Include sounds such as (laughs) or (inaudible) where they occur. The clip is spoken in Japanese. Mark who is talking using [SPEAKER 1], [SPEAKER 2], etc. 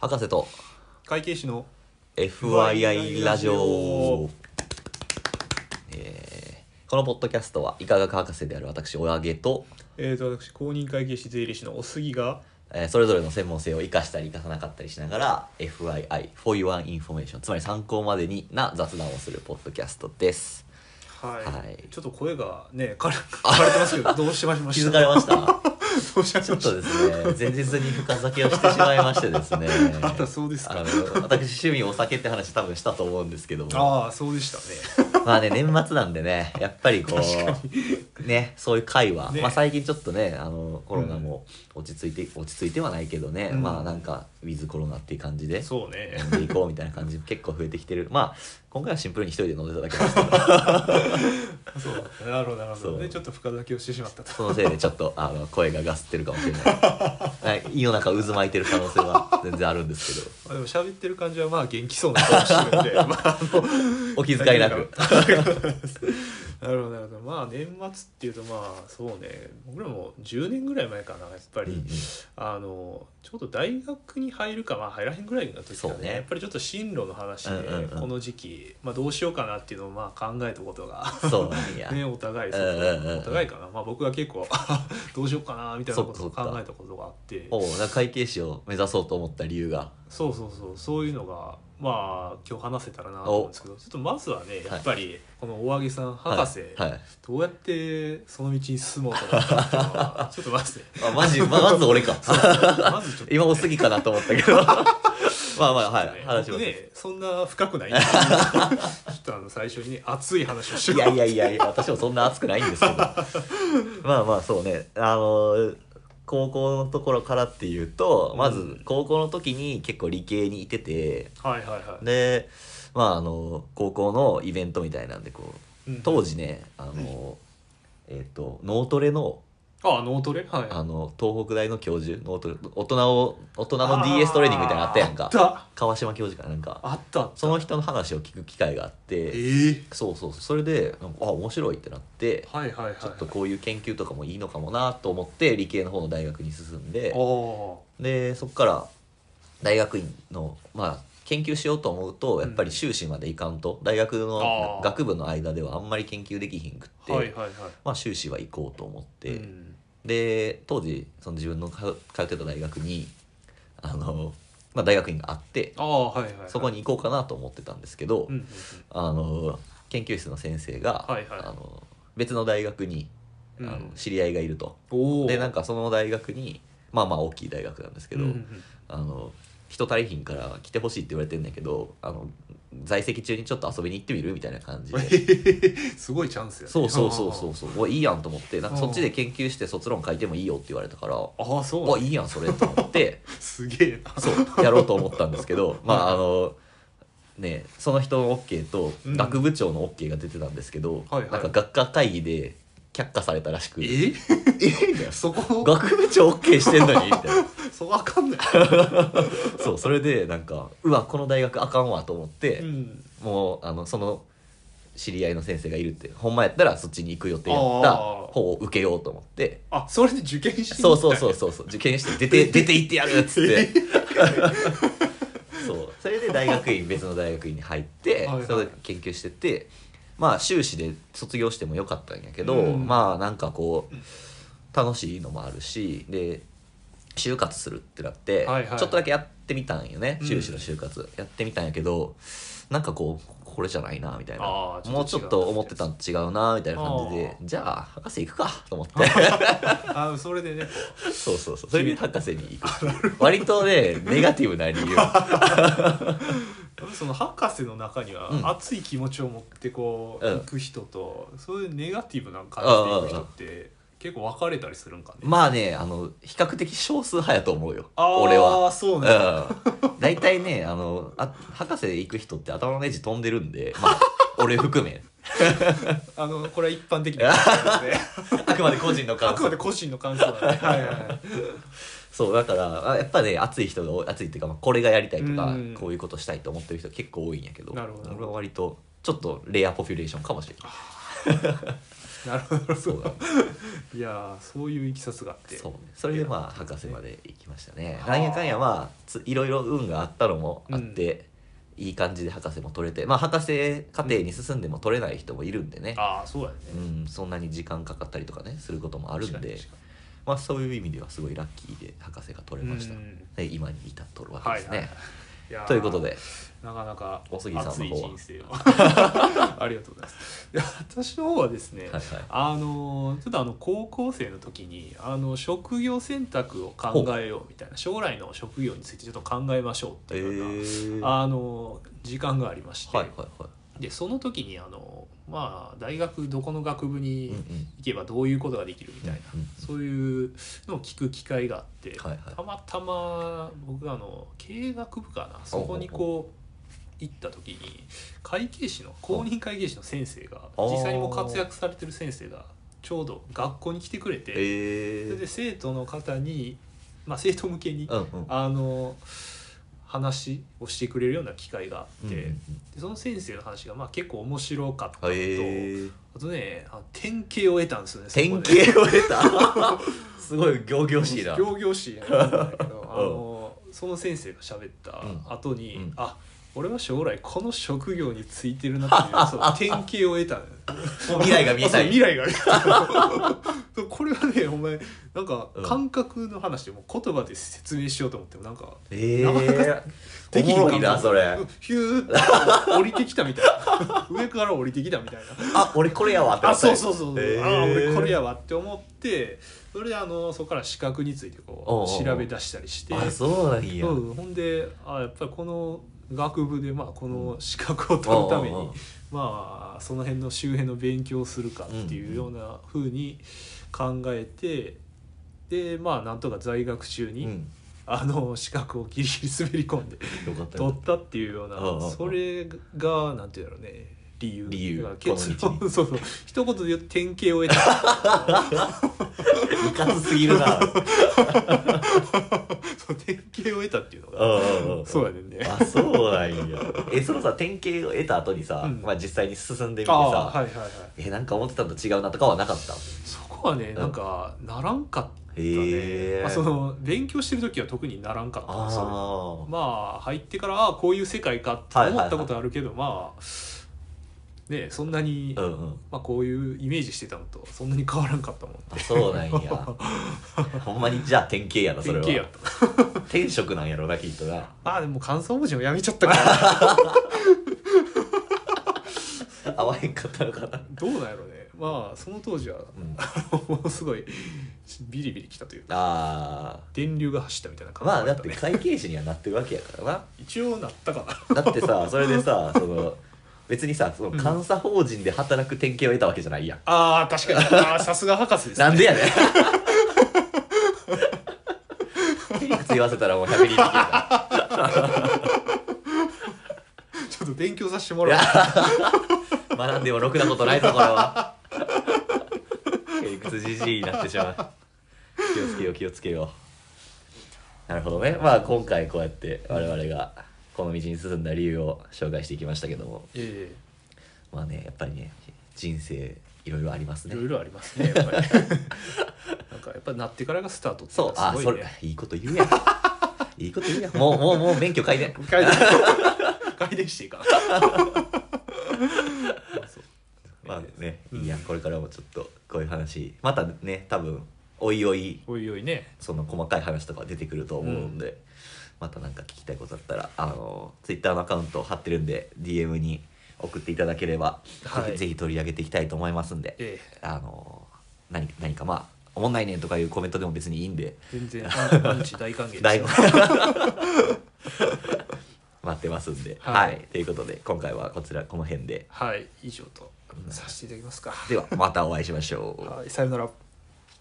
[SPEAKER 1] 博士と
[SPEAKER 2] 会計士の
[SPEAKER 1] FYI ラジオ、えーこのポッドキャストは医科学博士である私おあげと、
[SPEAKER 2] えー、と私公認会計士税理士のお杉が
[SPEAKER 1] えーそれぞれの専門性を生かしたり生かさなかったりしながら FYI for your information つまり参考までにな雑談をするポッドキャストです
[SPEAKER 2] はい、
[SPEAKER 1] はい
[SPEAKER 2] ちょっと声がね枯
[SPEAKER 1] (laughs)
[SPEAKER 2] れ枯れてますけどどうしましま
[SPEAKER 1] 気づ
[SPEAKER 2] した
[SPEAKER 1] かれました
[SPEAKER 2] (laughs) どうしまし
[SPEAKER 1] ちょっ
[SPEAKER 2] ました
[SPEAKER 1] とですね前日に深酒をしてしまいましてですね
[SPEAKER 2] (laughs) あらそうですか
[SPEAKER 1] あの私趣味お酒って話多分したと思うんですけども
[SPEAKER 2] (laughs) ああそうでしたね
[SPEAKER 1] まあね年末なんでねやっぱりこうねそういう会は、
[SPEAKER 2] ね
[SPEAKER 1] まあ最近ちょっとねあのコロナも落ち着いて、落ち着いてはないけどね、
[SPEAKER 2] うん
[SPEAKER 1] まあなんかウィズコロナっていう感じで
[SPEAKER 2] そうね
[SPEAKER 1] (laughs) 飲んでいこうみたいな感じ結構増えてきてるまあ今回はシンプルに一人で飲んでただけですけ
[SPEAKER 2] (laughs)
[SPEAKER 1] ど
[SPEAKER 2] そうなるほどなるほ
[SPEAKER 1] そ
[SPEAKER 2] ど
[SPEAKER 1] う
[SPEAKER 2] でちょっと深酒をしてしまったと
[SPEAKER 1] そのせいでちょっとあの声がガスってるかもしれ
[SPEAKER 2] (laughs)
[SPEAKER 1] ないはい胃の中渦巻いてる可能性は全然あるんですけ
[SPEAKER 2] まあでも喋ってる感じはまあ元気そうな顔して
[SPEAKER 1] (laughs)
[SPEAKER 2] るんでまああの
[SPEAKER 1] どお気遣いなく
[SPEAKER 2] (laughs) なるほどなるほどまあ年末っていうとまあそうね僕らも10年ぐらい前かなやっぱり、
[SPEAKER 1] うんうん
[SPEAKER 2] あのちょうど大学に入るかまあ入らへんぐらいの時
[SPEAKER 1] そ
[SPEAKER 2] か
[SPEAKER 1] う
[SPEAKER 2] ね
[SPEAKER 1] ね
[SPEAKER 2] やっぱりちょっと進路の話で、
[SPEAKER 1] うんうんうん
[SPEAKER 2] この時期、まあ、どうしようかなっていうのをまあ考えたことが。
[SPEAKER 1] そうなんや、
[SPEAKER 2] ね、お互いそう
[SPEAKER 1] うんうんうん
[SPEAKER 2] お互いかな、まあ、僕は結構 (laughs) どうしようかなみたいなこと
[SPEAKER 1] そっ
[SPEAKER 2] を
[SPEAKER 1] かそっ
[SPEAKER 2] 考
[SPEAKER 1] か
[SPEAKER 2] えたことがあって
[SPEAKER 1] おうなんか会計士を目指そうと思った理由が
[SPEAKER 2] そうそうそうそういうのがまあ今日話せたらなと思うんですけどちょっとまずはねやっぱりこの大揚さん博士、
[SPEAKER 1] はいはい
[SPEAKER 2] どうやってその道に進もうと思ったのかちょっとま
[SPEAKER 1] (laughs)
[SPEAKER 2] ずね
[SPEAKER 1] あマジままず俺か
[SPEAKER 2] まずちょっと
[SPEAKER 1] 今多すぎかなと思ったけ
[SPEAKER 2] (laughs)
[SPEAKER 1] どまあまあはい話します、
[SPEAKER 2] 僕ねそんな
[SPEAKER 1] (laughs)
[SPEAKER 2] 深くないちょっとあの最初にね熱い話をし
[SPEAKER 1] い
[SPEAKER 2] よ
[SPEAKER 1] や
[SPEAKER 2] う
[SPEAKER 1] いやいやいや私もそんな熱くないん
[SPEAKER 2] (laughs)
[SPEAKER 1] ですけどまあまあそうねあのー高校のところからっていうとま
[SPEAKER 2] う
[SPEAKER 1] ず
[SPEAKER 2] ん
[SPEAKER 1] 高校の時に結構理系にいてて
[SPEAKER 2] はいはいはい
[SPEAKER 1] でまああの高校のイベントみたいなんでこう
[SPEAKER 2] うん
[SPEAKER 1] 当時ねあのえっと脳トレの
[SPEAKER 2] あ脳トレはい
[SPEAKER 1] あの東北大の教授脳トレ大人を大人の DS トレーニングみたいなのあったやん
[SPEAKER 2] あ
[SPEAKER 1] か
[SPEAKER 2] った
[SPEAKER 1] 川島教授かなんか
[SPEAKER 2] あったあった
[SPEAKER 1] その人の話を聞く機会があって
[SPEAKER 2] えー
[SPEAKER 1] そうそうそうそれでなんかあ面白いってなって、
[SPEAKER 2] はいはいはい
[SPEAKER 1] ちょっとこういう研究とかもいいのかもなと思って理系の方の大学に進んで
[SPEAKER 2] お
[SPEAKER 1] でそこから大学院のまあ研究しようと思うとやっぱり修士までいかんと、大学の
[SPEAKER 2] あー
[SPEAKER 1] 学部の間ではあんまり研究できひんくって、
[SPEAKER 2] ーはいはいはい
[SPEAKER 1] まあ、修士は行こうと思って、
[SPEAKER 2] うん
[SPEAKER 1] で当時その自分の通通ってた大学にあの、まあ、大学院があって
[SPEAKER 2] ああはいはいはい
[SPEAKER 1] そこに行こうかなと思ってたんですけど、
[SPEAKER 2] うんうんうん
[SPEAKER 1] あの研究室の先生が、
[SPEAKER 2] はいはい
[SPEAKER 1] あの別の大学にあ
[SPEAKER 2] うん
[SPEAKER 1] の知り合いがいると、
[SPEAKER 2] おお
[SPEAKER 1] でなん
[SPEAKER 2] か
[SPEAKER 1] かその大学にまあまあ大きい大学なんですけど、
[SPEAKER 2] うんうん
[SPEAKER 1] あの人足りひんから来てほしいって言われてんだけどあの在籍中にちょっと遊びに行ってみるみたいな感じ
[SPEAKER 2] うん、え
[SPEAKER 1] で。
[SPEAKER 2] (laughs) ーすごいチャンスや、ね、
[SPEAKER 1] そうそうそうそうそうおいいやんと思ってなんか
[SPEAKER 2] あー
[SPEAKER 1] そっちで研究して卒論書いてもいいよって言われたから
[SPEAKER 2] あーあーそう
[SPEAKER 1] お
[SPEAKER 2] なんだ
[SPEAKER 1] いいやんそれと思って
[SPEAKER 2] すげえな
[SPEAKER 1] そうやろうと思ったんですけ
[SPEAKER 2] (laughs)
[SPEAKER 1] どまああのねその人の OK と
[SPEAKER 2] うん
[SPEAKER 1] 学部長の OK が出てたんですけど、
[SPEAKER 2] はいはい
[SPEAKER 1] なんか学科会議で却下されたらしく
[SPEAKER 2] ええそこ
[SPEAKER 1] 学部長 OK してんの
[SPEAKER 2] (laughs)
[SPEAKER 1] にみたいな
[SPEAKER 2] そこわかんない、
[SPEAKER 1] そうそれでなんかうわこの大学あかんわと思って、
[SPEAKER 2] うん、
[SPEAKER 1] もうあのその知り合いの先生がいるってほんまやったらそっちに行く予定やった
[SPEAKER 2] あー
[SPEAKER 1] 方を受けようと思って
[SPEAKER 2] あそれで受験しに
[SPEAKER 1] そうそうそううそうそう受験して出て出て行ってやるっつ
[SPEAKER 2] (laughs)
[SPEAKER 1] ってそうそれで大学院別の大学院に入って
[SPEAKER 2] はいはい
[SPEAKER 1] それで研究しててまあ修士で卒業してもよかったんやけど、
[SPEAKER 2] うん
[SPEAKER 1] まあなんかこう楽しいのもあるしで就活するってなって、
[SPEAKER 2] はいはい
[SPEAKER 1] ちょっとだけやってみたんよね
[SPEAKER 2] うん
[SPEAKER 1] 修士の就活、やってみたんやけどなんかこうこれじゃないなみたいな
[SPEAKER 2] あーちょっと違うな
[SPEAKER 1] もうちょっと思ってたんと違うなみたいな感じ
[SPEAKER 2] あ
[SPEAKER 1] でじゃあ博士行くかと思って。
[SPEAKER 2] あそれでね
[SPEAKER 1] そうそうそう。それで博士に行く。割とね、ネガティブな理
[SPEAKER 2] (laughs)
[SPEAKER 1] 由。
[SPEAKER 2] その博士の中には
[SPEAKER 1] うん
[SPEAKER 2] 熱い気持ちを持ってこう
[SPEAKER 1] うん
[SPEAKER 2] 行く人と、そういうネガティブな感じで行く人って結構分かれたりするんかね、
[SPEAKER 1] まあね、あの、比較的少数派やと思うよ。
[SPEAKER 2] あー
[SPEAKER 1] 俺は。
[SPEAKER 2] そううんね、。
[SPEAKER 1] 大体ね、あの、あ博士行く人って頭のネジ飛んでるんで、
[SPEAKER 2] (laughs)
[SPEAKER 1] まあ、俺含め。
[SPEAKER 2] あのこれは一般的な感想で
[SPEAKER 1] あくまで個人の
[SPEAKER 2] あ
[SPEAKER 1] (laughs) 感
[SPEAKER 2] くまで
[SPEAKER 1] 想。
[SPEAKER 2] 個人の感想なんで、
[SPEAKER 1] (laughs)
[SPEAKER 2] はいはいはい、
[SPEAKER 1] そう、だから、あやっぱね、熱い人が多い、熱いっていうか、まあ、これがやりたいとか
[SPEAKER 2] うん、
[SPEAKER 1] こういうことしたいと思ってる人結構多いんやけど、
[SPEAKER 2] なるほど
[SPEAKER 1] 俺は割と、ちょっとレアポピュレーションかもしれない。
[SPEAKER 2] なるほど
[SPEAKER 1] そうだね
[SPEAKER 2] (laughs) いやーそういういきさつがあって
[SPEAKER 1] そうねそれでまあ博士まで行きましたね
[SPEAKER 2] はあ
[SPEAKER 1] なんやかんやまあついろいろ運があったのもあって、いい感じで博士も取れてまあ博士課程に進んでも取れない人もいるんでね、
[SPEAKER 2] ああそうやね
[SPEAKER 1] うんそんなに時間かかったりとかねすることもあるん
[SPEAKER 2] 確かに
[SPEAKER 1] で
[SPEAKER 2] 確か
[SPEAKER 1] まあそういう意味ではすごいラッキーで博士が取れました、
[SPEAKER 2] うん
[SPEAKER 1] で今に至っとるわけ
[SPEAKER 2] は
[SPEAKER 1] で
[SPEAKER 2] い
[SPEAKER 1] す
[SPEAKER 2] は
[SPEAKER 1] ね、
[SPEAKER 2] いやー
[SPEAKER 1] ということで
[SPEAKER 2] なかなか
[SPEAKER 1] お杉さんの方は
[SPEAKER 2] 熱い人生を (laughs) ありがとうございますいや私の方はですね、
[SPEAKER 1] はいはい
[SPEAKER 2] あのーちょっとあの高校生の時にあの職業選択を考えようみたいな将来の職業についてちょっと考えましょうって
[SPEAKER 1] え
[SPEAKER 2] いうような、
[SPEAKER 1] ー、は
[SPEAKER 2] あのー時間がありまし
[SPEAKER 1] い
[SPEAKER 2] て、
[SPEAKER 1] はいは
[SPEAKER 2] でその時にあのまあ大学どこの学部
[SPEAKER 1] い、
[SPEAKER 2] に
[SPEAKER 1] うんうん
[SPEAKER 2] 行けばどういうことができるみたいな、
[SPEAKER 1] うんうん
[SPEAKER 2] そういうのを聞く機会があって、
[SPEAKER 1] はいはい
[SPEAKER 2] たまたま僕があの経営学部かなそこにこう行った時に会計士の公認会計士の先生が
[SPEAKER 1] あー
[SPEAKER 2] 実際にもう活躍されてる先生がちょうど学校に来てくれて、それ
[SPEAKER 1] え
[SPEAKER 2] で生徒の方に、まあ、生徒向けに、
[SPEAKER 1] ー、うんうん
[SPEAKER 2] あの話をしてくれるような機会があ
[SPEAKER 1] う
[SPEAKER 2] っ
[SPEAKER 1] ん
[SPEAKER 2] て、
[SPEAKER 1] うんうん
[SPEAKER 2] でその先生の話がまあ結構面白かったのと、
[SPEAKER 1] えー、
[SPEAKER 2] あとねあの典型を得たんですよねそこで
[SPEAKER 1] 典型を
[SPEAKER 2] (laughs)
[SPEAKER 1] 得たすごい仰々しいな
[SPEAKER 2] 仰々しいなと思うんだけどあのその先生が喋った後に、
[SPEAKER 1] うんうん
[SPEAKER 2] あ俺は将来この職業についてるなっていうそう典型を得たのよ
[SPEAKER 1] もう未来が見え
[SPEAKER 2] あそ
[SPEAKER 1] な
[SPEAKER 2] う
[SPEAKER 1] い
[SPEAKER 2] 未来が見えたこれはねお前なんか
[SPEAKER 1] うん
[SPEAKER 2] 感覚の話でも言葉で説明しようと思ってもなんか
[SPEAKER 1] (laughs) え
[SPEAKER 2] なかな
[SPEAKER 1] え
[SPEAKER 2] (laughs)
[SPEAKER 1] ー、お
[SPEAKER 2] ひん
[SPEAKER 1] もろいなそれ
[SPEAKER 2] うんヒューって降りてきたみたいな (laughs) 上から降りてきたみたい
[SPEAKER 1] (laughs)
[SPEAKER 2] な
[SPEAKER 1] あ俺これやわってな
[SPEAKER 2] あ
[SPEAKER 1] ったん
[SPEAKER 2] そ
[SPEAKER 1] や
[SPEAKER 2] うそうそうそう、
[SPEAKER 1] えー
[SPEAKER 2] ああ俺これやわって思ってそれであのそこから資格について
[SPEAKER 1] おうお
[SPEAKER 2] こ
[SPEAKER 1] うお
[SPEAKER 2] う
[SPEAKER 1] う
[SPEAKER 2] 調べ出したりして
[SPEAKER 1] あそうなんや、
[SPEAKER 2] うんほんであやっぱりこの学部でまあこの資格を取るために、
[SPEAKER 1] うんうんうん
[SPEAKER 2] まあその辺の周辺の勉強をするかっていうようなふうに考えて、でまあなんとか在学中
[SPEAKER 1] う
[SPEAKER 2] に、
[SPEAKER 1] ん、
[SPEAKER 2] あの資格をギリギリ滑り込んで
[SPEAKER 1] よかったよ
[SPEAKER 2] 取
[SPEAKER 1] か
[SPEAKER 2] ったっていうような、
[SPEAKER 1] うんうんうん
[SPEAKER 2] それがなんていうんだろうね理由
[SPEAKER 1] 理由
[SPEAKER 2] だから結
[SPEAKER 1] この
[SPEAKER 2] 論 (laughs) そうそう一言で言うと典型を得
[SPEAKER 1] (laughs)
[SPEAKER 2] た
[SPEAKER 1] ったいかつすぎる
[SPEAKER 2] (laughs)
[SPEAKER 1] な
[SPEAKER 2] そう典型を得たっていうの
[SPEAKER 1] う
[SPEAKER 2] が、
[SPEAKER 1] んうんうん
[SPEAKER 2] そうやねんね
[SPEAKER 1] あそうなんやえそのさ典型を得た後にさ、
[SPEAKER 2] うん
[SPEAKER 1] まあ、実際に進んでみてさ、
[SPEAKER 2] あーはいはいはい
[SPEAKER 1] えなんか思ってたのと違うなとかはなかった
[SPEAKER 2] そこはねなんかならんかった
[SPEAKER 1] へ
[SPEAKER 2] だね
[SPEAKER 1] え
[SPEAKER 2] まあ、その勉強してる時は特にならんかったんですよ
[SPEAKER 1] あ
[SPEAKER 2] まあ入ってからああこういう世界かって思ったことあるけど、まあねそんなに、
[SPEAKER 1] あうんうん
[SPEAKER 2] まあ、こういうイメージしてたのとそんなに変わらんかったもん
[SPEAKER 1] あそうなんや
[SPEAKER 2] (laughs)
[SPEAKER 1] ほんまにじゃあ典型やなそれ
[SPEAKER 2] 典
[SPEAKER 1] は
[SPEAKER 2] 型や
[SPEAKER 1] (laughs)
[SPEAKER 2] った
[SPEAKER 1] 転職なんやろなきっとな
[SPEAKER 2] まあでも感想文字もやめちゃったから
[SPEAKER 1] (laughs) 合わへんかったのかな
[SPEAKER 2] どうなんやろうねまあその当時は、
[SPEAKER 1] ん
[SPEAKER 2] (laughs) ものすごいビリビリきたというか
[SPEAKER 1] あ
[SPEAKER 2] 電流が走ったみたいな
[SPEAKER 1] あ
[SPEAKER 2] 感
[SPEAKER 1] まあ
[SPEAKER 2] じだ
[SPEAKER 1] だっ
[SPEAKER 2] っ
[SPEAKER 1] たて
[SPEAKER 2] ね、
[SPEAKER 1] 会計士にはなってるわけやからな
[SPEAKER 2] 一応なったかな
[SPEAKER 1] だってさそれでさその別にさその
[SPEAKER 2] うん
[SPEAKER 1] 監査法人で働く典型を得たわけじゃないやん、
[SPEAKER 2] あー確かにあーさすが博士ですね
[SPEAKER 1] なんでや (laughs) ねんいくつ言わせたらもう100人できるか
[SPEAKER 2] (laughs) ちょっと勉強させても
[SPEAKER 1] らい
[SPEAKER 2] ら
[SPEAKER 1] や
[SPEAKER 2] う
[SPEAKER 1] 学んでもろくなことないぞこれはいくつじじいになってしまう気をつけよう気をつけようなるほどねまあ今回こうやって我々がこの道に進んだ理由を紹介していきましたけども
[SPEAKER 2] いやいやいや
[SPEAKER 1] まあねやっぱりね人生いろいろあります
[SPEAKER 2] い
[SPEAKER 1] ね
[SPEAKER 2] ろいろあります
[SPEAKER 1] (laughs)
[SPEAKER 2] ねやっぱりなんかやっぱなってからがスタートって
[SPEAKER 1] そう、あ、
[SPEAKER 2] す
[SPEAKER 1] そ
[SPEAKER 2] ごい
[SPEAKER 1] れ
[SPEAKER 2] ね、
[SPEAKER 1] いいこと言うやん。いいこと言うやん。もう、もう、もう、免許改善。
[SPEAKER 2] 回 (laughs) 転回転していいかなそう
[SPEAKER 1] まあね、
[SPEAKER 2] うん
[SPEAKER 1] いや、これからもちょっと、こういう話、またね、多分、おいおい、
[SPEAKER 2] おいおいね
[SPEAKER 1] その細かい話とか出てくると思うんで、またなんか聞きたいことあったら、あの、ツイッターのアカウント貼ってるんで、DM に送っていただければ、
[SPEAKER 2] はい
[SPEAKER 1] ぜひぜひ取り上げていきたいと思いますんで、
[SPEAKER 2] ええ
[SPEAKER 1] あの、何何かまあ、おもんないねんとかいうコメントでも別にいいんで、
[SPEAKER 2] 全
[SPEAKER 1] (laughs)
[SPEAKER 2] 然パンチ大歓迎です
[SPEAKER 1] 大
[SPEAKER 2] よ
[SPEAKER 1] (laughs) 待ってますんで、
[SPEAKER 2] はい
[SPEAKER 1] はい、ということで今回はこちらこの辺で
[SPEAKER 2] はい以上とさせていただきますか
[SPEAKER 1] ではまたお会いしましょう。
[SPEAKER 2] はいさよなら